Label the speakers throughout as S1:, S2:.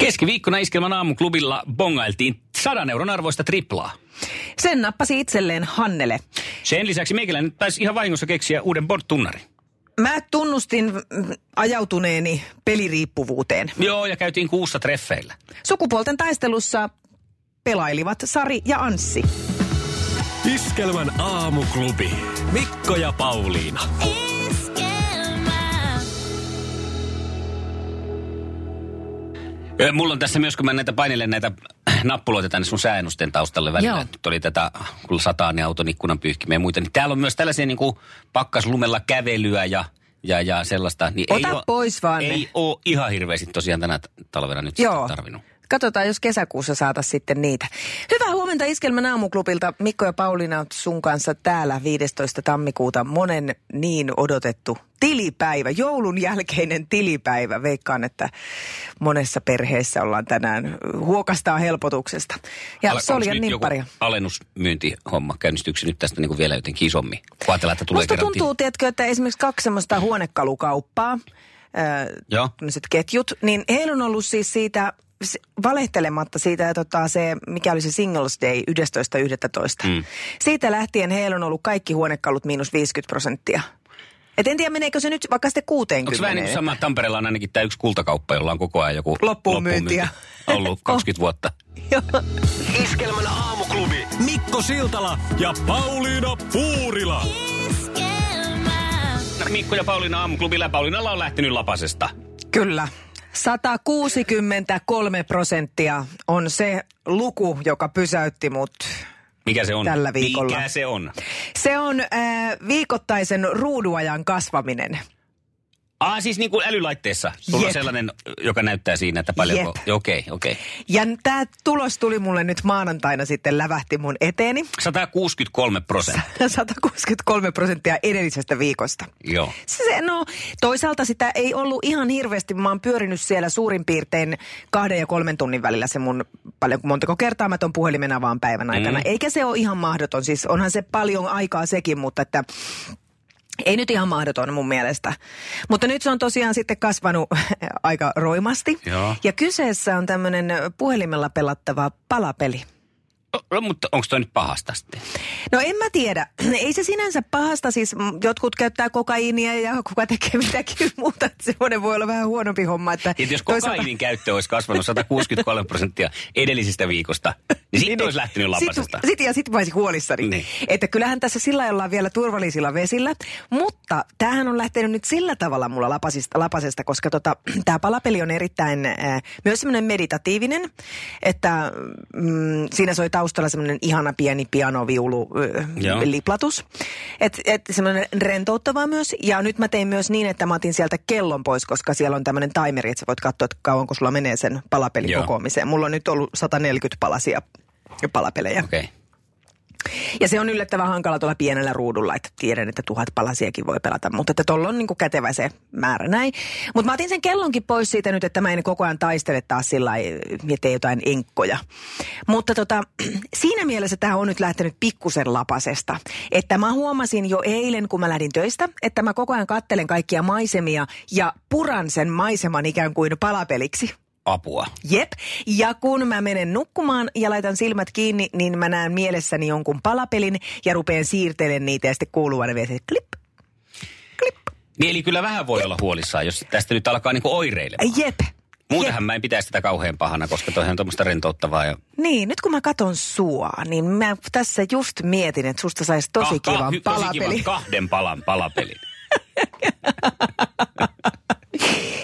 S1: Keskiviikkona Iskelman aamuklubilla bongailtiin 100 euron arvoista triplaa.
S2: Sen nappasi itselleen Hannele.
S1: Sen lisäksi meikäläinen taisi ihan vahingossa keksiä uuden bordtunnari.
S2: Mä tunnustin mm, ajautuneeni peliriippuvuuteen.
S1: Joo, ja käytiin kuussa treffeillä.
S2: Sukupuolten taistelussa pelailivat Sari ja Anssi.
S3: Iskelmän aamuklubi. Mikko ja Pauliina.
S4: Esquema,
S1: Ö, Mulla on tässä myös, kun mä näitä painelen näitä nappuloita tänne sun sääennusten taustalle välillä.
S2: Joo.
S1: Nyt oli tätä, kun sataa, niin auton ikkunan pyyhkimiä ja muita. Niin täällä on myös tällaisia niin kuin pakkaslumella kävelyä ja, ja, ja sellaista. Niin
S2: Ota
S1: oo-
S2: pois vaan ne.
S1: Ei oo ihan hirveästi tosiaan tänä t- talvena nyt
S2: Joo.
S1: Joo. tarvinnut.
S2: Katsotaan, jos kesäkuussa saata sitten niitä. Hyvää huomenta Iskelmän aamuklubilta. Mikko ja Pauliina on sun kanssa täällä 15. tammikuuta. Monen niin odotettu tilipäivä, joulun jälkeinen tilipäivä. Veikkaan, että monessa perheessä ollaan tänään huokastaa helpotuksesta. Ja
S1: Alkaako
S2: Soljan
S1: nyt
S2: nimpparia.
S1: joku alennusmyyntihomma käynnistyykö se nyt tästä niin kuin vielä jotenkin isommin? Kun ajatellaan, että tulee
S2: Musta
S1: kerran
S2: tuntuu, tiedätkö, että esimerkiksi kaksi semmoista huonekalukauppaa,
S1: til- Joo.
S2: tämmöiset ketjut, niin heillä on ollut siis siitä s- valehtelematta siitä, että ottaa se, mikä oli se Singles Day 11.11. Mm. Siitä lähtien heillä on ollut kaikki huonekalut miinus 50 prosenttia. Et en tiedä, meneekö se nyt vaikka sitten
S1: Onko
S2: 60.
S1: se vähän niin kuin sama, että Tampereella on ainakin tämä yksi kultakauppa, jolla on koko ajan joku
S2: Loppuunmyyntiä.
S1: loppuunmyynti
S2: Oh.
S1: ollut 20 vuotta.
S3: Iskelmän aamuklubi. Mikko Siltala ja Pauliina Puurila.
S4: esquema,
S1: No, Mikko ja Pauliina aamuklubilla. Pauliinalla on lähtenyt Lapasesta.
S2: Kyllä. 163 prosenttia on se luku, joka pysäytti mut
S1: Mikä se on?
S2: Tällä viikolla.
S1: Mikä se on?
S2: Se on äh, viikoittaisen ruuduajan kasvaminen.
S1: Aa, siis niin kuin älylaitteessa. Sulla on
S2: Jep.
S1: sellainen, joka näyttää siinä, että paljonko...
S2: Jep.
S1: Okei, okei. Okay,
S2: Ja tämä tulos tuli mulle nyt maanantaina sitten lävähti mun eteeni.
S1: 163 prosenttia.
S2: 163 prosenttia edellisestä viikosta.
S1: Joo.
S2: Se, no, toisaalta sitä ei ollut ihan hirveästi. Mä oon pyörinyt siellä suurin piirtein kahden ja kolmen tunnin välillä se mun paljon, montako kertaa mä ton puhelimen avaan päivän aikana. Mm. Eikä se ole ihan mahdoton. Siis onhan se paljon aikaa sekin, mutta että ei nyt ihan mahdoton mun mielestä. Mutta nyt se on tosiaan sitten kasvanut aika roimasti.
S1: Joo.
S2: Ja kyseessä on tämmöinen puhelimella pelattava palapeli.
S1: No, mutta onko toi nyt pahasta sitten?
S2: No en mä tiedä. Ei se sinänsä pahasta, siis mm, jotkut käyttää kokaiinia ja kuka tekee mitäkin muuta. että Semmoinen voi olla vähän huonompi homma. Että
S1: Ja jos
S2: toisaalta-
S1: kokaiinin käyttö olisi kasvanut 163 prosenttia edellisestä viikosta, niin sitten olisi lähtenyt lapasesta.
S2: Sit, sit, ja sitten mä olisin huolissani.
S1: Niin.
S2: Niin. Että kyllähän tässä sillä lailla ollaan vielä turvallisilla vesillä. Mutta tämähän on lähtenyt nyt sillä tavalla mulla lapasista, lapasesta, koska tota, tämä palapeli on erittäin äh, myös semmoinen meditatiivinen. Että mm, siinä soi taustalla semmoinen ihana pieni pianoviulu
S1: Joo.
S2: äh, liplatus. Että et semmoinen rentouttava myös. Ja nyt mä tein myös niin, että mä otin sieltä kellon pois, koska siellä on tämmöinen timeri, että sä voit katsoa, että kauanko sulla menee sen palapelin
S1: Joo.
S2: kokoamiseen. Mulla on nyt ollut 140 palasia ja palapelejä.
S1: Okei. Okay.
S2: Ja se on yllättävän hankala tuolla pienellä ruudulla, että tiedän, että tuhat palasiakin voi pelata, mutta että tuolla on niin kuin kätevä se määrä näin. Mutta mä otin sen kellonkin pois siitä nyt, että mä en koko ajan taistele taas sillä lailla, ja tee jotain enkkoja. Mutta tota, siinä mielessä tämä on nyt lähtenyt pikkusen lapasesta. Että mä huomasin jo eilen, kun mä lähdin töistä, että mä koko ajan kattelen kaikkia maisemia ja puran sen maiseman ikään kuin palapeliksi.
S1: Apua.
S2: Jep. Ja kun mä menen nukkumaan ja laitan silmät kiinni, niin mä näen mielessäni jonkun palapelin ja rupean siirtelemään niitä ja sitten kuuluu aina vielä se klip.
S1: Niin eli kyllä vähän voi olla huolissaan, jos tästä nyt alkaa niinku oireilemaan.
S2: Jep.
S1: Muutenhan mä en pitäisi sitä kauhean pahana, koska toihan on tuommoista rentouttavaa ja
S2: Niin, nyt kun mä katon sua, niin mä tässä just mietin, että susta saisi tosi
S1: Kah- kah-
S2: kivan
S1: hy-
S2: palapeli.
S1: Tosi kivan kahden palan palapeli.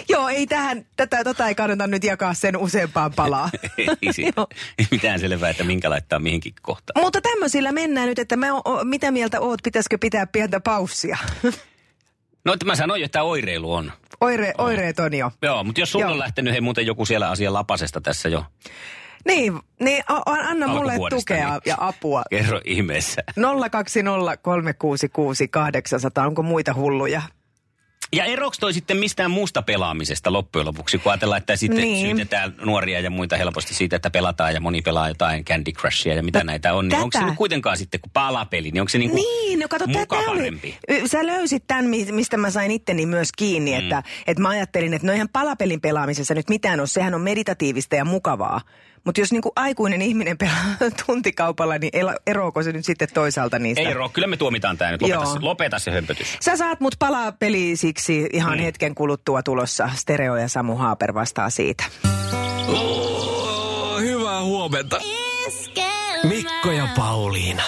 S2: Joo, ei tähän, tätä, tota ei kannata nyt jakaa sen useampaan palaa.
S1: Ei siinä
S2: Joo.
S1: mitään selvää, että minkä laittaa mihinkin kohtaan.
S2: Mutta tämmöisillä mennään nyt, että mä, o- o- mitä mieltä oot, pitäisikö pitää pientä paussia?
S1: No että mä sanoin jo, että tämä oireilu on.
S2: Oire, oireet on jo.
S1: Joo, mutta jos sulla
S2: Joo.
S1: on lähtenyt hei muuten joku siellä asia lapasesta tässä jo
S2: Niin, niin o- o- anna mulle
S1: Alkuvuodesta,
S2: tukea
S1: niin.
S2: ja apua.
S1: Kerro ihmeessä.
S2: 020366800, onko muita hulluja?
S1: Ja eroks toi sitten mistään muusta pelaamisesta loppujen lopuksi, kun ajatellaan, että sitten
S2: Niin.
S1: niin. syytetään nuoria ja muita helposti siitä, että pelataan ja moni pelaa jotain Candy Crushia ja mitä
S2: No,
S1: näitä on. Niin onko se
S2: tätä.
S1: nyt kuitenkaan sitten, kun palapeli, niin onko se niinku
S2: Niin, no kato, tää- tää oli,
S1: mukavampi?
S2: y- sä löysit tämän, mistä mä sain itteni myös kiinni, mm. että, että mä ajattelin, että no eihän palapelin pelaamisessa nyt mitään ole, sehän on meditatiivista ja mukavaa. Mutta jos niinku aikuinen ihminen pelaa tuntikaupalla, niin elo- eroako se nyt sitten toisaalta niistä?
S1: Ei ero, kyllä me tuomitaan tämä nyt. Lopeta,
S2: Joo.
S1: se- lopeta se hömpötys.
S2: Sä saat mut palapeli siksi ihan
S1: Niin.
S2: mm. hetken kuluttua tulossa. Stereo ja Samu Haaper vastaa siitä.
S3: Oh, Hyvää huomenta. Mikko ja Pauliina.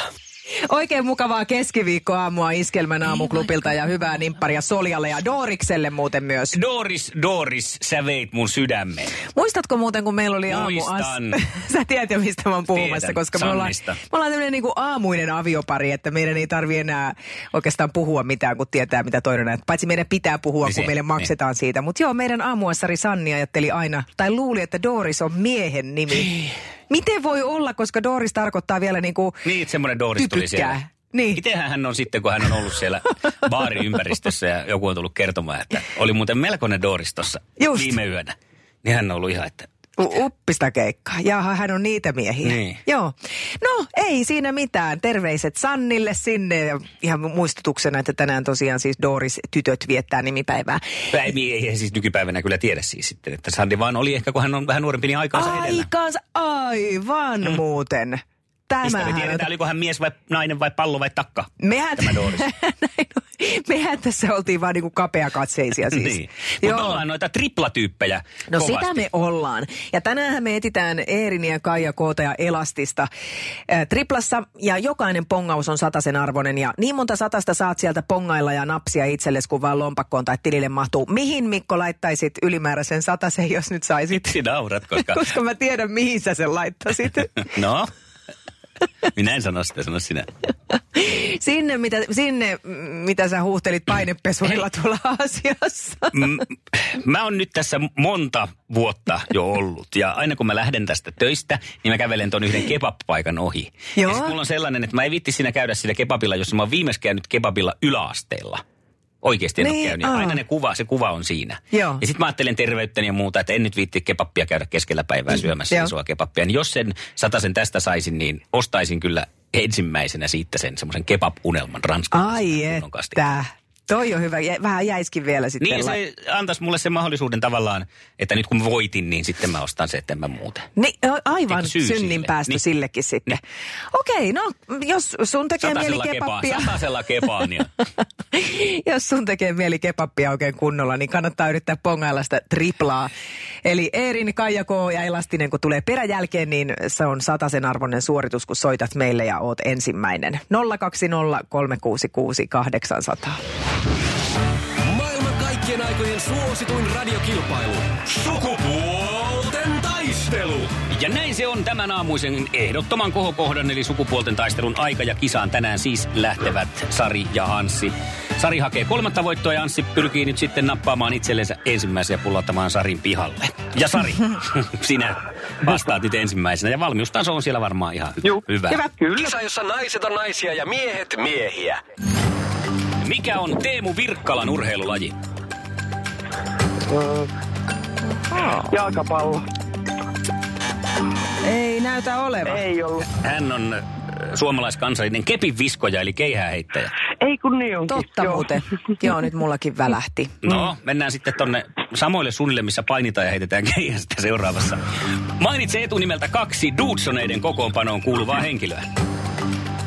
S2: Oikein mukavaa keskiviikkoaamua Iskelmän
S1: Niin
S2: aamuklubilta ja hyvää nimpparia Soljalle ja Doorikselle muuten myös.
S1: Doris, Doris, sä veit mun sydämen.
S2: Muistatko muuten, kun meillä oli aamu
S1: Muistan.
S2: Sä tiedät jo, mistä mä oon puhumassa,
S1: Tiedän,
S2: koska me ollaan,
S1: Sannista.
S2: me ollaan tämmöinen niin aamuinen aviopari, että meidän ei tarvi enää oikeastaan puhua mitään, kun tietää, mitä toinen näet. Paitsi meidän pitää puhua,
S1: Niin
S2: kun
S1: se,
S2: meille
S1: niin.
S2: maksetaan siitä. Mutta joo, meidän aamuassari Sanni ajatteli aina, tai luuli, että Doris on miehen nimi. Miten voi olla, koska Doris tarkoittaa vielä niin kuin
S1: Niin, semmoinen Doris tuli siellä.
S2: typykkää. Niin.
S1: Mitenhän hän on sitten, kun hän on ollut siellä baariympäristössä ja joku on tullut kertomaan, että oli muuten melkoinen Doris tuossa
S2: Just.
S1: viime yönä. Niin hän on ollut ihan, että
S2: U- Uppista keikkaa. Jaha, hän on niitä miehiä.
S1: Niin.
S2: Joo. No, ei siinä mitään. Terveiset Sannille sinne. Ja ihan muistutuksena, että tänään tosiaan siis Doris tytöt viettää nimipäivää.
S1: ei, ei, ei hän siis nykypäivänä kyllä tiedä siis sitten, että Sandi vaan oli ehkä, kun hän on vähän nuorempi, niin aikaansa edellä.
S2: Aikaansa aivan mm. muuten.
S1: Mistä me
S2: Tämähän on
S1: tiedetään, oliko hän mies vai nainen vai pallo vai takka?
S2: Mehän,
S1: Tämä Doris.
S2: Näin on. Mehän tässä oltiin vaan niinku kapeakatseisia siis.
S1: niin. Mutta ollaan noita triplatyyppejä
S2: No
S1: kovasti.
S2: sitä me ollaan. Ja tänään me etitään Eerin ja Kaija Koota ja Elastista äh, triplassa. Ja jokainen pongaus on sen arvoinen. Ja niin monta satasta saat sieltä pongailla ja napsia itsellesi, kun vaan lompakkoon tai tilille mahtuu. Mihin Mikko laittaisit ylimääräisen satasen, jos nyt saisit?
S1: Miksi naurat, koska...
S2: Koska mä tiedän, mihin sä sen laittaisit.
S1: no? Minä en sano sitä, sano sinä.
S2: Sinne, mitä, sinne, mm, mitä sä huuhtelit painepesurilla tuolla Aasiassa.
S1: M- mä oon nyt tässä monta vuotta jo ollut. Ja aina kun mä lähden tästä töistä, niin mä kävelen ton yhden kebab-paikan ohi.
S2: Joo.
S1: Ja sit mulla on sellainen, että mä en viitti siinä käydä sillä kebabilla, jossa mä oon viimeksi käynyt kebabilla yläasteella. Oikeasti en
S2: Niin,
S1: ole käynyt. Ja
S2: aa.
S1: Aina ne kuva, se kuva on siinä.
S2: Joo.
S1: Ja sitten mä ajattelen terveyttäni ja muuta, että en nyt viitti kebappia käydä keskellä päivää syömässä
S2: Mm, Joo.
S1: isoa kebappia. Niin jos sen sen tästä saisin, niin ostaisin kyllä ensimmäisenä siitä sen semmoisen kebab-unelman ranskalaisen
S2: Ai
S1: kunnon kastikkeen.
S2: että. Toi on hyvä. Jä- Vähän jäiskin vielä sitten.
S1: Niin
S2: lai-
S1: se antaisi mulle sen mahdollisuuden tavallaan, että nyt kun mä voitin, niin sitten mä ostan se, että en mä muuten.
S2: Niin, a- aivan
S1: Eikö syy
S2: synnin
S1: sille?
S2: päästö
S1: Niin.
S2: sillekin sitten. Okei, no jos sun tekee mieli
S1: Satasella kepaa,
S2: kepappia,
S1: satasella kepaan. Ja.
S2: jos sun tekee mieli kepappia oikein kunnolla, niin kannattaa yrittää pongailla sitä triplaa. Eli Eerin, Kaija K. ja Elastinen, kun tulee peräjälkeen, niin se on sen arvoinen suoritus, kun soitat meille ja oot ensimmäinen. 020 366 800.
S3: Maailman kaikkien aikojen suosituin radiokilpailu. Sukupuolten taistelu.
S1: ja näin se on tämän aamuisen ehdottoman kohokohdan, eli sukupuolten taistelun aika ja kisaan tänään siis lähtevät Sari ja Anssi. Sari hakee kolmatta voittoa ja Anssi pyrkii nyt sitten nappaamaan itsellensä ensimmäisen ja pullattamaan Sarin pihalle. Ja Sari, sinä vastaat nyt ensimmäisenä ja valmiustaso on siellä varmaan ihan hy- hyvä.
S2: Hyvä.
S3: Kylläsä, jossa naiset on naisia ja miehet miehiä.
S1: Mikä on Teemu Virkkalan urheilulaji?
S5: Jalkapallo.
S2: Ei näytä olevan.
S5: Ei ollut.
S1: Hän on äh, suomalaiskansallinen kepinviskoja, eli keihääheittäjä.
S5: Ei kun niin onkin.
S2: Totta
S5: Joo.
S2: muuten. Joo, nyt mullakin välähti.
S1: No, mennään sitten tonne samoille suunnille, missä painitaan ja heitetään keihästä seuraavassa. Mainitse etunimeltä kaksi Dudsoneiden kokoonpanoon kuuluvaa henkilöä.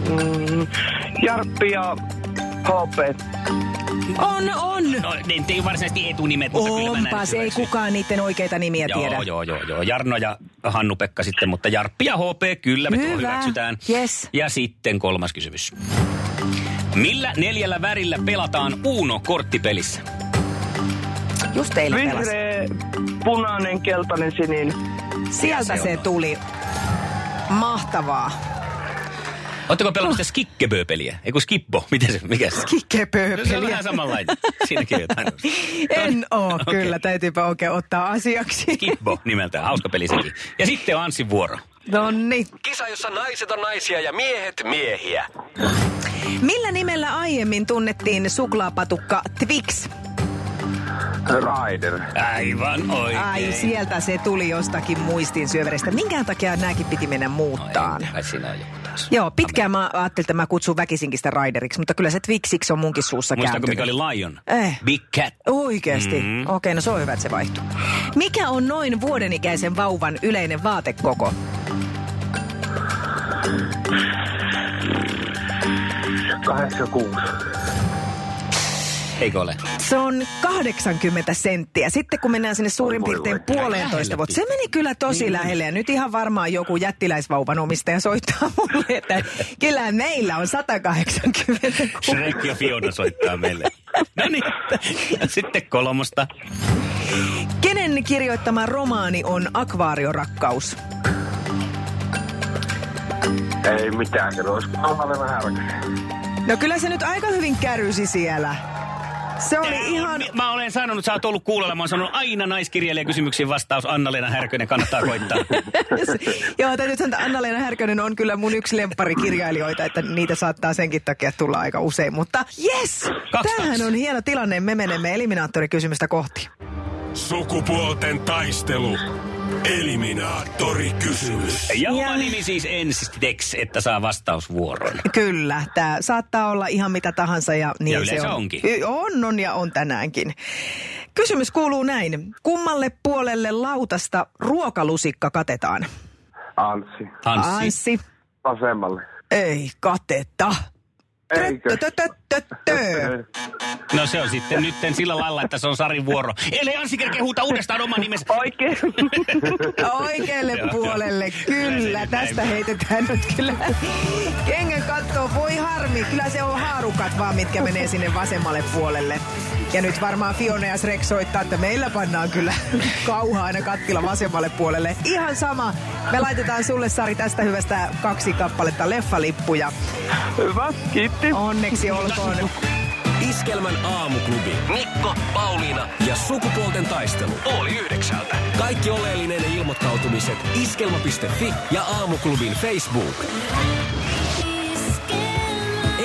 S5: Mm, Jarppi ja HP.
S2: On, on!
S1: No, ne nyt ei ole varsinaisesti etunimet, mutta kyllä mä näin
S2: Onpas, ei
S1: hyväksyn.
S2: kukaan niiden oikeita nimiä
S1: Joo,
S2: tiedä.
S1: joo, joo, joo. Jarno ja Hannu-Pekka sitten, mutta Jarppi ja HP, kyllä me tuo
S2: Hyvä.
S1: hyväksytään.
S2: Yes.
S1: Ja sitten kolmas kysymys. Millä neljällä värillä pelataan Uno-korttipelissä?
S2: Just eilen pelasi.
S5: Vihreä, punainen, keltainen, sininen.
S2: Sieltä
S1: Se
S2: se
S1: on.
S2: tuli. Mahtavaa.
S1: Oletteko pelannut sitä skikkebööpeliä? Ei kun skippo. Miten se, mikä se? No, se on
S2: Kikkepööpeliä.
S1: vähän samanlainen. Siinäkin on jotain.
S2: En
S3: No
S2: oo,
S3: niin.
S1: Okei.
S2: kyllä. Täytyypä oikein ottaa asiaksi.
S1: Skippo nimeltään, hauska peli sekin. Ja sitten on Anssin vuoro.
S2: Nonni.
S3: Kisa, jossa naiset on naisia ja miehet miehiä.
S2: Millä nimellä aiemmin tunnettiin suklaapatukka Twix?
S5: Raider.
S1: Aivan oikein.
S2: Ai, sieltä se tuli jostakin muistin syöverestä. Minkä takia nämäkin piti mennä
S1: No,
S2: muuttaan?
S1: ei, kai siinä on joku taas.
S2: Joo, pitkään mä ajattelin, että mä kutsun väkisinkin sitä raideriksi, mutta kyllä se Twixiksi on munkin suussa
S1: Muistaako, mikä
S2: kääntynyt.
S1: oli Mm. Lion?
S2: Eh.
S1: Big Cat.
S2: Oikeesti? Mm-hmm. Okei, okay, no se on hyvä, että se vaihtuu. Mikä on noin vuoden ikäisen vauvan yleinen vaatekoko?
S1: Eikö ole?
S2: Se on 80 senttiä. Sitten kun mennään sinne suurin piirtein puolentoista
S1: Lähelle
S2: vuotta. Se meni kyllä tosi lähelle. Ja nyt ihan varmaan joku jättiläisvauvan omistaja soittaa mulle, että kyllä meillä on 180.
S1: Shrek ja Fiona soittaa meille. No niin, sitten kolmosta.
S2: Kenen kirjoittama romaani on Akvaariorakkaus?
S5: Ei mitään, se olisi kummallinen härkä.
S2: No kyllä se nyt aika hyvin kärysi siellä. Se oli ihan...
S1: Mä olen sanonut, sä oot ollut kuulolla, mä oon sanonut aina naiskirjailijakysymyksiin vastaus Anna-Leena Härkönen, kannattaa koittaa.
S2: Joo, täytyy sanoa, että Anna-Leena Härkönen on kyllä mun yksi lempparikirjailijoita, että niitä saattaa senkin takia tulla aika usein. Mutta yes!
S1: Kaksi,
S2: Tämähän
S1: kaksi.
S2: on hieno tilanne. Me menemme eliminaattorikysymystä kohti.
S6: Sukupuolten taistelu. Eliminaattori kysymys.
S1: Ja oma
S2: Ja-
S1: nimi siis ensiksi, että saa vastausvuoron.
S2: Kyllä, tämä saattaa olla ihan mitä tahansa ja niin
S1: Ja
S2: se
S1: yleensä
S2: on.
S1: onkin.
S2: Y- On, on ja on tänäänkin. Kysymys kuuluu näin. Kummalle puolelle lautasta ruokalusikka katetaan?
S5: Anssi.
S1: Anssi.
S5: Vasemmalle.
S2: Ei kateta.
S5: Eikö?
S2: Töttö, töttö, töttö.
S1: No se on sitten nyt sillä lailla, että se on Sarin vuoro. Eli Anssi kerkeä huuta uudestaan oman nimensä.
S5: Oikein.
S2: Oikealle puolelle,
S1: Kyllä se
S2: kyllä.
S1: nyt
S2: Tästä
S1: näin.
S2: heitetään nyt kyllä. Kengän kattoon, voi harmi. Kyllä se on haarukat vaan, mitkä menee sinne vasemmalle puolelle. Ja nyt varmaan Fiona ja Shrek soittaa, että meillä pannaan kyllä kauhaa aina kattila vasemmalle puolelle. Ihan sama. Me laitetaan sulle, Sari, tästä hyvästä kaksi kappaletta leffalippuja.
S5: Hyvä, kiitti.
S2: Onneksi olkoon.
S3: Iskelmän aamuklubi. Mikko, Pauliina ja sukupuolten taistelu. Oli yhdeksältä. Kaikki oleellinen ilmoittautumiset iskelma.fi ja aamuklubin Facebook.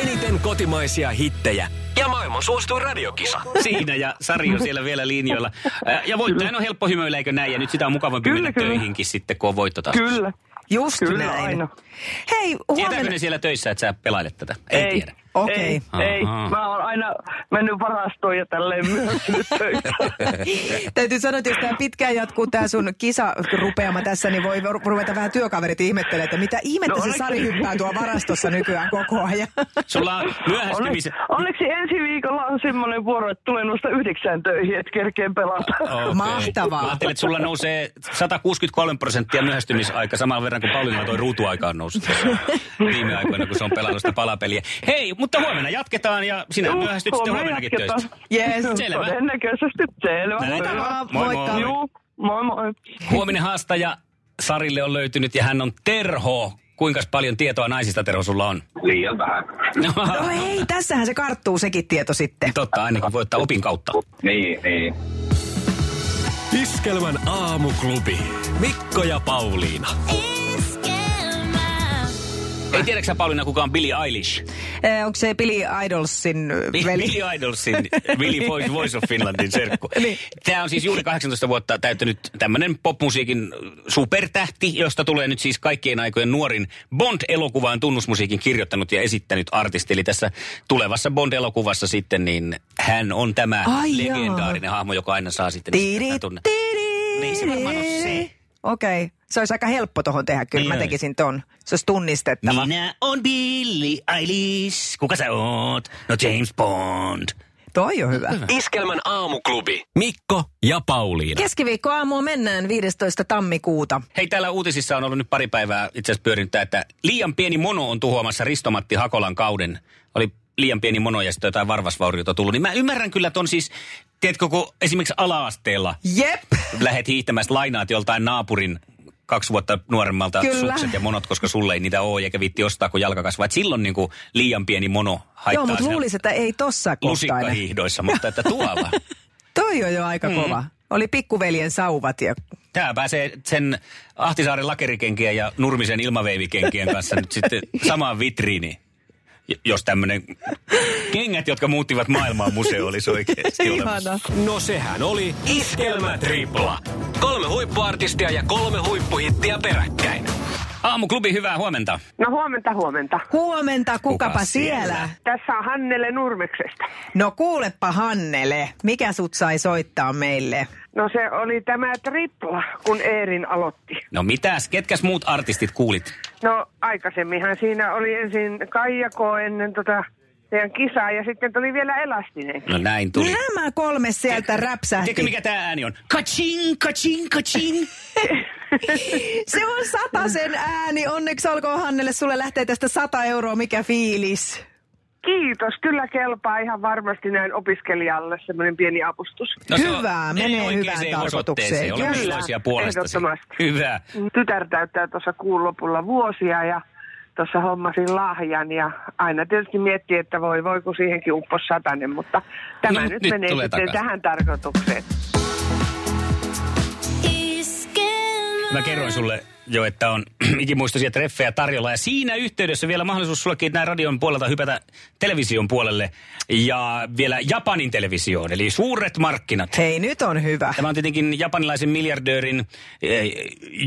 S3: Eniten kotimaisia hittejä ja maailman suosituin radiokisa.
S1: Siinä ja Sari on siellä vielä linjoilla. Ää, Ja voittajan on helppo hymyillä, eikö näin? Ja nyt sitä on mukavampi
S5: Kyllä,
S1: mennä
S5: kyllä.
S1: töihinkin sitten, kun on voitto taas.
S5: Kyllä.
S2: Just
S5: Kyllä
S2: näin.
S5: aina.
S2: Hei,
S1: Tietääkö ne
S2: huomenna...
S1: siellä töissä, että sä pelailet tätä? Ei, tiedä.
S2: Okei.
S5: Ei, ei.
S1: Ahaa.
S5: Mä oon aina mennyt varastoon ja tälleen myöhästynyt töistä.
S2: Täytyy sanoa, että jos tämä pitkään jatkuu, tämä sun kisa rupeama tässä, niin voi ru- ruveta vähän työkaverit ihmettelemään, että mitä ihmettä
S5: No
S2: se
S5: onneksi-
S2: Sari hyppää tuolla varastossa nykyään koko ajan.
S1: Sulla on
S5: Onneksi,
S1: myöhästymisen...
S5: onneksi ensi viikolla on semmoinen vuoro, että tulee noista yhdeksään töihin, että kerkeen pelata.
S1: Okei.
S2: Mahtavaa.
S1: Mä ajattelin, että sulla nousee 163 prosenttia myöhästymisaika saman verran kuin Pauliina toi ruutuaika on noussut tässä viime aikoina, kun se on pelannut sitä palapeliä. Hei, mutta huomenna jatketaan ja sinä myöhästyt sitten
S5: Huomenna
S1: huomennakin
S5: jatketaan.
S1: töistä.
S2: Yes.
S1: Selvä.
S5: Todennäköisesti selvä.
S1: Näin.
S2: Mahtavaa,
S1: Moi, moi.
S2: moikka.
S5: Juu, moi moi.
S1: Huominen haastaja Sarille on löytynyt ja hän on Terho. Kuinka paljon tietoa naisista, Terho, sulla on?
S5: Liian vähän.
S2: No hei, tässähän se karttuu sekin tieto sitten.
S1: Totta, aina kun voittaa opin kautta.
S5: Niin, niin.
S3: Iskelmän aamuklubi. Mikko ja Pauliina.
S4: Esquema.
S1: Ei tiedätkö sä, Pauliina, kuka on Billie Eilish?
S2: Eh, Onko se Billy Idolsin ö,
S1: Bi-
S2: veli?
S1: Billie Niin, Idolsin, Billie Voice, Voice of Finlandin serkku.
S2: Niin.
S1: Tämä on siis juuri 18 vuotta täyttänyt tämmöinen popmusiikin supertähti, josta tulee nyt siis kaikkien aikojen nuorin Bond-elokuvaan tunnusmusiikin kirjoittanut ja esittänyt artisti. Eli tässä tulevassa Bond-elokuvassa sitten, niin hän on tämä
S2: Ai
S1: legendaarinen hahmo, joka aina saa sitten
S2: Tiiri,
S1: sitä tunne-
S2: tiiri.
S1: Niin, se varmaan on se.
S2: Okei, se olisi aika helppo tohon tehdä, kyllä
S1: Niin
S2: mä
S1: olisi. Niin.
S2: tekisin ton. Se olisi tunnistettava.
S1: Minä on Billie Eilish. Kuka sä oot? No James Bond.
S2: Toi on hyvä.
S3: Iskelmän aamuklubi. Mikko ja Pauliina.
S2: Keskiviikkoaamua mennään 15. tammikuuta.
S1: Hei, täällä uutisissa on ollut nyt pari päivää itse asiassa pyörinyt, tää, että liian pieni mono on tuhoamassa Ristomatti Hakolan kauden. Oli liian pieni mono ja sitten jotain varvasvauriota tullut. Niin mä ymmärrän kyllä ton siis, tiedätkö, kun esimerkiksi ala-asteella
S2: Jep!
S1: lähet hiihtämässä lainaat joltain naapurin kaksi vuotta nuoremmalta
S2: Kyllä.
S1: sukset ja monot, koska sulle ei niitä ole eikä viitti ostaa, kun jalka kasvaa. Et silloin niin kuin liian pieni mono haittaa
S2: Joo, mutta
S1: siinä
S2: luulisin, että ei tossa kohtaa enää.
S1: lusikkahiihdoissa, mutta että tuolla.
S2: Toi on jo aika mm. kova. Oli pikkuveljen sauvat ja
S1: Tämä pääsee sen Ahtisaaren lakerikenkien ja Nurmisen ilmaveivikengien kanssa nyt sitten samaan vitriiniin. J- Jos tämmöinen kengät, jotka muuttivat maailmaa museo olisi oikeasti olemassa.
S2: ihana.
S3: No sehän oli Iskelmä Tripla. Kolme huippuartistia ja kolme huippuhittiä peräkkäin.
S1: Aamuklubi, hyvää huomenta.
S5: No huomenta, huomenta.
S2: Huomenta, kukapa
S1: Kuka
S2: siellä?
S1: siellä?
S2: siellä?
S5: Tässä on Hannele Nurmeksesta.
S2: No kuulepa Hannele, mikä sut sai soittaa meille?
S5: No se oli tämä tripla, kun Eerin aloitti.
S1: No mitäs, ketkäs muut artistit kuulit?
S5: No aikaisemminhan siinä oli ensin Kaijako ennen tota teidän kisaa ja sitten tuli vielä Elastinen.
S1: No näin tuli.
S2: Nämä kolme sieltä räpsähti.
S1: Tiedätkö mikä tämä ääni on? Kaching, kaching, kaching.
S2: Se on sen ääni. Onneksi olkoon Hannelle, sulle lähtee tästä 100 euroa, mikä fiilis.
S5: Kiitos, kyllä kelpaa ihan varmasti näin opiskelijalle semmoinen pieni avustus.
S1: No se on-
S2: Hyvää,
S1: ei
S2: menee
S1: oikein
S2: hyvään
S1: se ei
S2: tarkoitukseen.
S1: osoitteeseen. Olemme
S5: Kyllä,
S1: iloisia puolestasi.
S5: ehdottomasti.
S1: Hyvä.
S5: Tytär täyttää tuossa kuun lopulla vuosia ja tuossa hommasin lahjan ja aina tietysti miettii, että voi voi kun siihenkin uppo satanen, mutta tämä
S1: No,
S5: no,
S1: nyt
S5: nyt, nyt menee
S1: tulee
S5: sitten
S1: takaisin.
S5: tähän tarkoitukseen.
S4: Iskelmä.
S1: Mä kerroin sulle jo, että on ikimuistoisia treffejä tarjolla. Ja siinä yhteydessä vielä mahdollisuus sullekin näin radion puolelta hypätä television puolelle. Ja vielä Japanin televisioon, eli suuret markkinat.
S2: Hei, nyt on hyvä.
S1: Tämä on tietenkin japanilaisen miljardöörin eh,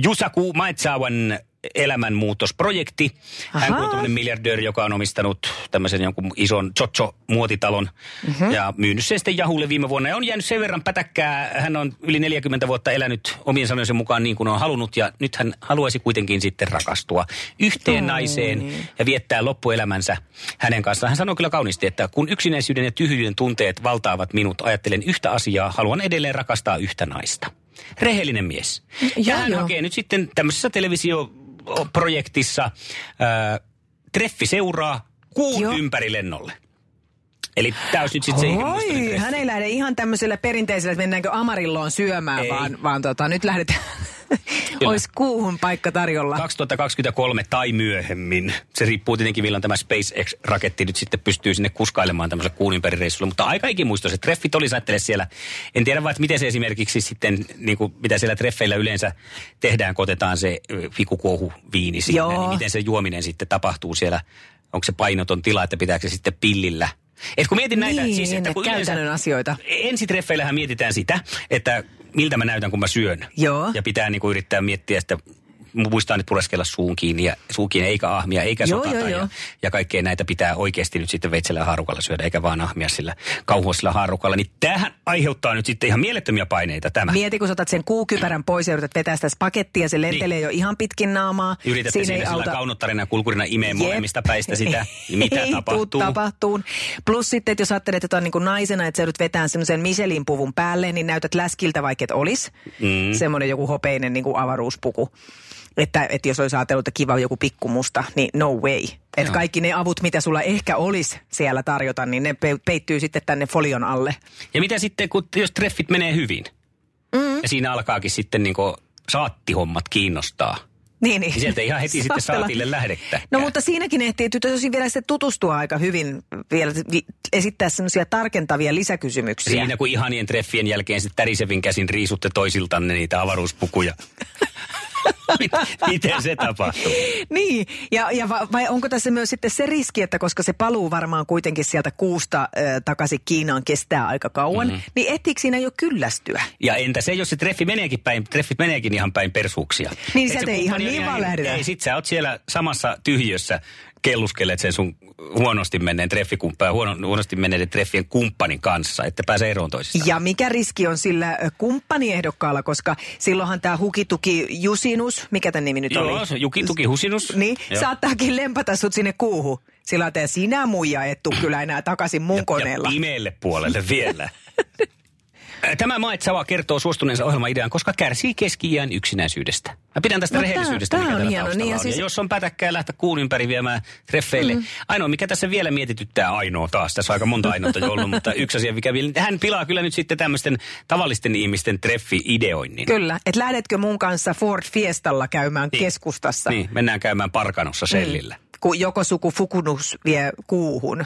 S1: Yusaku Maetsawan elämänmuutosprojekti. Hän
S2: Ahaa.
S1: on tämmöinen miljardööri, joka on omistanut tämmöisen jonkun ison Chocho-muotitalon
S2: Mhm.
S1: mm-hmm. ja myynyt sen sitten Jahulle viime vuonna. Ja on jäänyt sen verran pätäkkää. Hän on yli 40 vuotta elänyt omien sanojensa mukaan niin kuin on halunnut ja nyt hän haluaisi kuitenkin sitten rakastua yhteen naiseen ja viettää loppuelämänsä hänen kanssaan. Hän sanoi kyllä kauniisti, että kun yksinäisyyden ja tyhjyyden tunteet valtaavat minut, ajattelen yhtä asiaa, haluan edelleen rakastaa yhtä naista. Rehellinen mies. ja
S2: Joo,
S1: hän
S2: joo.
S1: hakee nyt sitten tämmöisessä televisioprojektissa ää, treffi seuraa kuun
S2: Joo.
S1: ympäri lennolle. Eli tämä olisi nyt sitten se ikimuistoinen
S2: Oi,
S1: treffi.
S2: hän ei lähde ihan tämmöisellä perinteisellä, että mennäänkö Amarilloon syömään,
S1: Ei.
S2: vaan, vaan tota, nyt lähdetään. Olisi kuuhun paikka tarjolla.
S1: 2023 tai myöhemmin. Se riippuu tietenkin, milloin tämä SpaceX-raketti nyt sitten pystyy sinne kuskailemaan tämmöisellä kuun ympäri reissulla. Mutta aika ikimuistoiset treffit oli, ajattele siellä. En tiedä vaan, että miten se esimerkiksi sitten, niin kuin, mitä siellä treffeillä yleensä tehdään, kun otetaan se ö, vikukuohu viini sinne.
S2: Joo.
S1: Niin miten se juominen sitten tapahtuu siellä? Onko se painoton tila, että pitääkö se sitten pillillä? Et kun mietin näitä,
S2: Niin,
S1: siis, että kun yleensä-
S2: käytännön asioita.
S1: ensitreffeillähän mietitään sitä, että miltä mä näytän, kun mä syön.
S2: Joo.
S1: Ja pitää niin kuin yrittää miettiä sitä, muistaa nyt pureskella suun kiinni, ja, suun kiinni eikä ahmia, eikä
S2: Joo,
S1: sotata.
S2: joo, joo.
S1: Ja, ja kaikkea näitä pitää oikeasti nyt sitten veitsellä ja haarukalla syödä, eikä vaan ahmia sillä kauhuisella haarukalla. Niin tämähän aiheuttaa nyt sitten ihan mielettömiä paineita tämä.
S2: Mieti, kun sä otat sen kuukypärän pois ja yrität vetää sitä pakettia, se lentelee jo ihan pitkin naamaa.
S1: Niin. Yritätte siinä, siinä sillä kaunottarina ja kulkurina imee
S2: Jep.
S1: molemmista päistä sitä, niin mitä
S2: Ei tuu
S1: tapahtuu.
S2: tapahtuun. Plus sitten, että jos ajattelet, että on niin kuin naisena, että sä joudut vetämään semmoisen Michelin puvun päälle, niin näytät läskiltä, vaikka et olis. Mm. Semmoinen joku hopeinen niin kuin avaruuspuku. Että, että jos olisi ajatellut, että kiva joku pikkumusta, niin no way. Että kaikki ne avut, mitä sulla ehkä olisi siellä tarjota, niin ne pe- peittyy sitten tänne folion alle.
S1: Ja mitä sitten, kun, jos treffit menee hyvin? Mm. Ja siinä alkaakin sitten niin saattihommat kiinnostaa.
S2: Niin, niin.
S1: Niin sieltä ei ihan heti sitten
S2: Saatella.
S1: saatille lähdekään.
S2: No mutta siinäkin ehtii tytö tosin vielä sitten tutustua aika hyvin, vielä vi- esittää semmoisia tarkentavia lisäkysymyksiä.
S1: Siinä kun ihanien treffien jälkeen sitten tärisevin käsin riisutte toisiltanne niitä avaruuspukuja. Mit- Miten se tapahtuu?
S2: Niin, ja, ja va, vai onko tässä myös sitten se riski, että koska se paluu varmaan kuitenkin sieltä kuusta ö, takaisin Kiinaan kestää aika kauan, mm-hmm. niin ehtiikö siinä jo kyllästyä?
S1: Ja entä se, jos se treffi meneekin päin, treffit meneekin ihan päin persuuksia.
S2: Niin
S1: Et
S2: sieltä
S1: se
S2: ei ihan
S1: kumppani on
S2: niin vaan lähdetä.
S1: Ei, sit sä oot siellä samassa tyhjössä kelluskelet sen sun huonosti menneen treffikumppanin, huono, huonosti menneiden treffien kumppanin kanssa, että pääsee eroon toisistaan.
S2: Ja mikä riski on sillä ö, kumppaniehdokkaalla, koska silloinhan tämä hukituki Jusinus, mikä tämän nimi nyt oli?
S1: Joo, se jukituki husinus.
S2: Niin,
S1: Joo.
S2: saattaakin lempata sut sinne kuuhun. Sillä että sinä muija et tuu kyllä enää takaisin mun koneella.
S1: Ja pimeälle puolelle vielä. Tämä Maetsava kertoo suostuneensa ohjelmaidean, koska kärsii keski yksinäisyydestä. Mä pidän tästä
S2: No
S1: no
S2: tää-
S1: rehellisyydestä,
S2: tää
S1: mikä
S2: on
S1: tällä
S2: hieno,
S1: taustalla
S2: niin ja
S1: on. Siis...
S2: siis-
S1: Ja jos on pätäkkää lähteä kuun ympäri viemään treffeille. Mm. Ainoa, mikä tässä vielä mietityttää, ainoa taas, tässä on aika monta ainoata jo ollut, mutta yksi asia, mikä vielä, hän pilaa kyllä nyt sitten tämmöisten tavallisten ihmisten treffi-ideoinnin.
S2: Kyllä, että lähdetkö mun kanssa Ford Fiestalla käymään niin. keskustassa, niin.
S1: Niin, mennään käymään parkanossa sellillä.
S2: kun joko suku Fukunus vie kuuhun.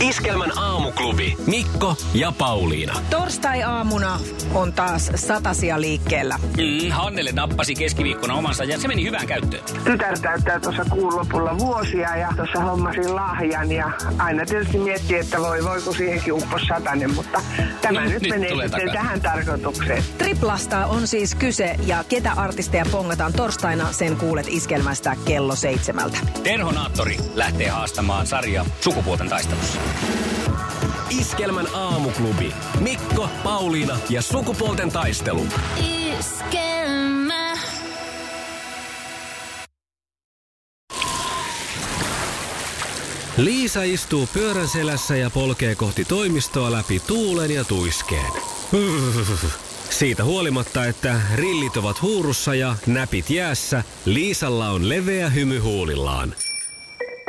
S3: Iskelmän aamuklubi.
S2: Mm.
S3: Mikko ja Pauliina.
S2: Torstai-aamuna on taas satasia liikkeellä.
S1: Mm, Hannelle nappasi keskiviikkona omansa ja se meni hyvään käyttöön.
S5: Tytär täyttää tuossa kuun lopulla vuosia ja tuossa hommasin lahjan ja aina tietysti miettii, että voi voiko siihenkin uppo satanen, mutta tämä
S1: No,
S5: nyt,
S1: nyt
S5: menee
S1: tulee
S5: sitten
S1: takaisin.
S5: tähän tarkoitukseen.
S2: Triplasta on siis kyse ja ketä artisteja pongataan torstaina, sen kuulet iskelmästä kello seitsemältä.
S1: Terho Naattori lähtee haastamaan sarjaa sukupuolten taistelussa.
S3: Iskelmän aamuklubi. Mikko, Pauliina ja sukupuolten taistelu.
S4: Iskelmä.
S3: Liisa istuu pyörän selässä ja polkee kohti toimistoa läpi tuulen ja tuiskeen. Siitä huolimatta, että rillit ovat huurussa ja näpit jäässä, Liisalla on leveä hymy huulillaan.